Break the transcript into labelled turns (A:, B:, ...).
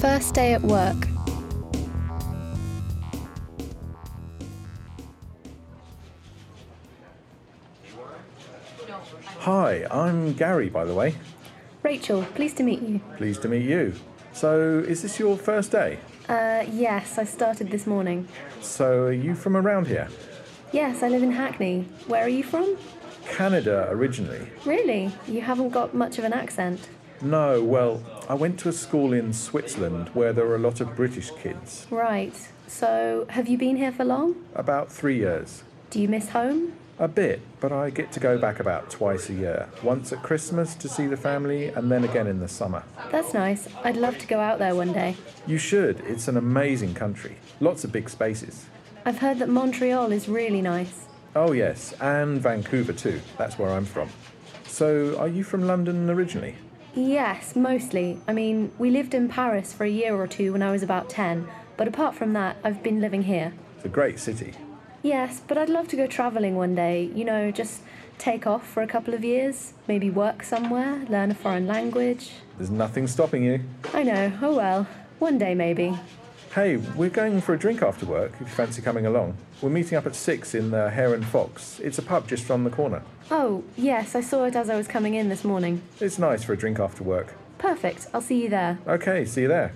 A: First day at work.
B: Hi, I'm Gary, by the way.
A: Rachel, pleased to meet you.
B: Pleased to meet you. So, is this your first day?
A: Uh, yes, I started this morning.
B: So, are you from around here?
A: Yes, I live in Hackney. Where are you from?
B: Canada originally?
A: Really? You haven't got much of an accent.
B: No, well, I went to a school in Switzerland where there were a lot of British kids.
A: Right. So, have you been here for long?
B: About three years.
A: Do you miss home?
B: A bit, but I get to go back about twice a year. Once at Christmas to see the family, and then again in the summer.
A: That's nice. I'd love to go out there one day.
B: You should, it's an amazing country. Lots of big spaces.
A: I've heard that Montreal is really nice.
B: Oh, yes, and Vancouver too. That's where I'm from. So, are you from London originally?
A: Yes, mostly. I mean, we lived in Paris for a year or two when I was about 10, but apart from that, I've been living here.
B: It's a great city.
A: Yes, but I'd love to go travelling one day, you know, just take off for a couple of years, maybe work somewhere, learn a foreign language.
B: There's nothing stopping you.
A: I know, oh well, one day maybe.
B: Hey, we're going for a drink after work if you fancy coming along. We're meeting up at six in the Hare and Fox. It's a pub just round the corner.
A: Oh, yes, I saw it as I was coming in this morning.
B: It's nice for a drink after work.
A: Perfect, I'll see you there.
B: Okay, see you there.